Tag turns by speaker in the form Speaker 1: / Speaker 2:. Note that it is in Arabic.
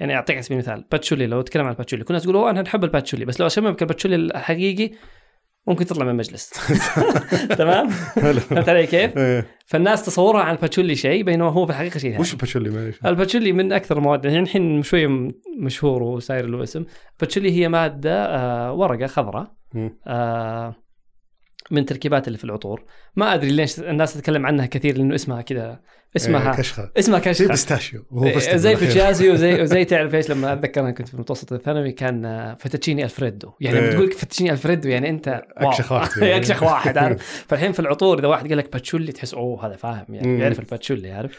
Speaker 1: يعني اعطيك على سبيل المثال باتشولي لو اتكلم عن الباتشولي كنا تقول اوه انا نحب الباتشولي بس لو اشممك الباتشولي الحقيقي ممكن تطلع من المجلس تمام فهمت علي كيف؟
Speaker 2: إيه.
Speaker 1: فالناس تصورها عن الباتشولي شيء بينما هو في الحقيقه شيء ثاني
Speaker 2: وش باتشولي معليش
Speaker 1: الباتشولي من اكثر المواد يعني الحين شويه م- مشهور وساير له اسم الباتشولي هي ماده آه، ورقه خضراء
Speaker 2: مم.
Speaker 1: آه، من تركيبات اللي في العطور ما ادري ليش الناس تتكلم عنها كثير لانه اسمها كذا اسمها
Speaker 2: إيه، كشخه
Speaker 1: اسمها
Speaker 2: زي
Speaker 1: كشخه
Speaker 2: بستاشيو وهو
Speaker 1: إيه،
Speaker 2: فستق
Speaker 1: زي
Speaker 2: بالأخير.
Speaker 1: بيجازي وزي وزي تعرف ايش لما اتذكر انا كنت في المتوسط الثانوي كان آه، فتتشيني الفريدو يعني لما
Speaker 2: إيه.
Speaker 1: تقول فتتشيني الفريدو يعني انت واو.
Speaker 2: أكشخ واحد يعني.
Speaker 1: اكشخ واحد عارف فالحين في العطور اذا واحد قال لك باتشولي تحس اوه هذا فاهم يعني
Speaker 2: مم.
Speaker 1: يعرف الباتشولي عارف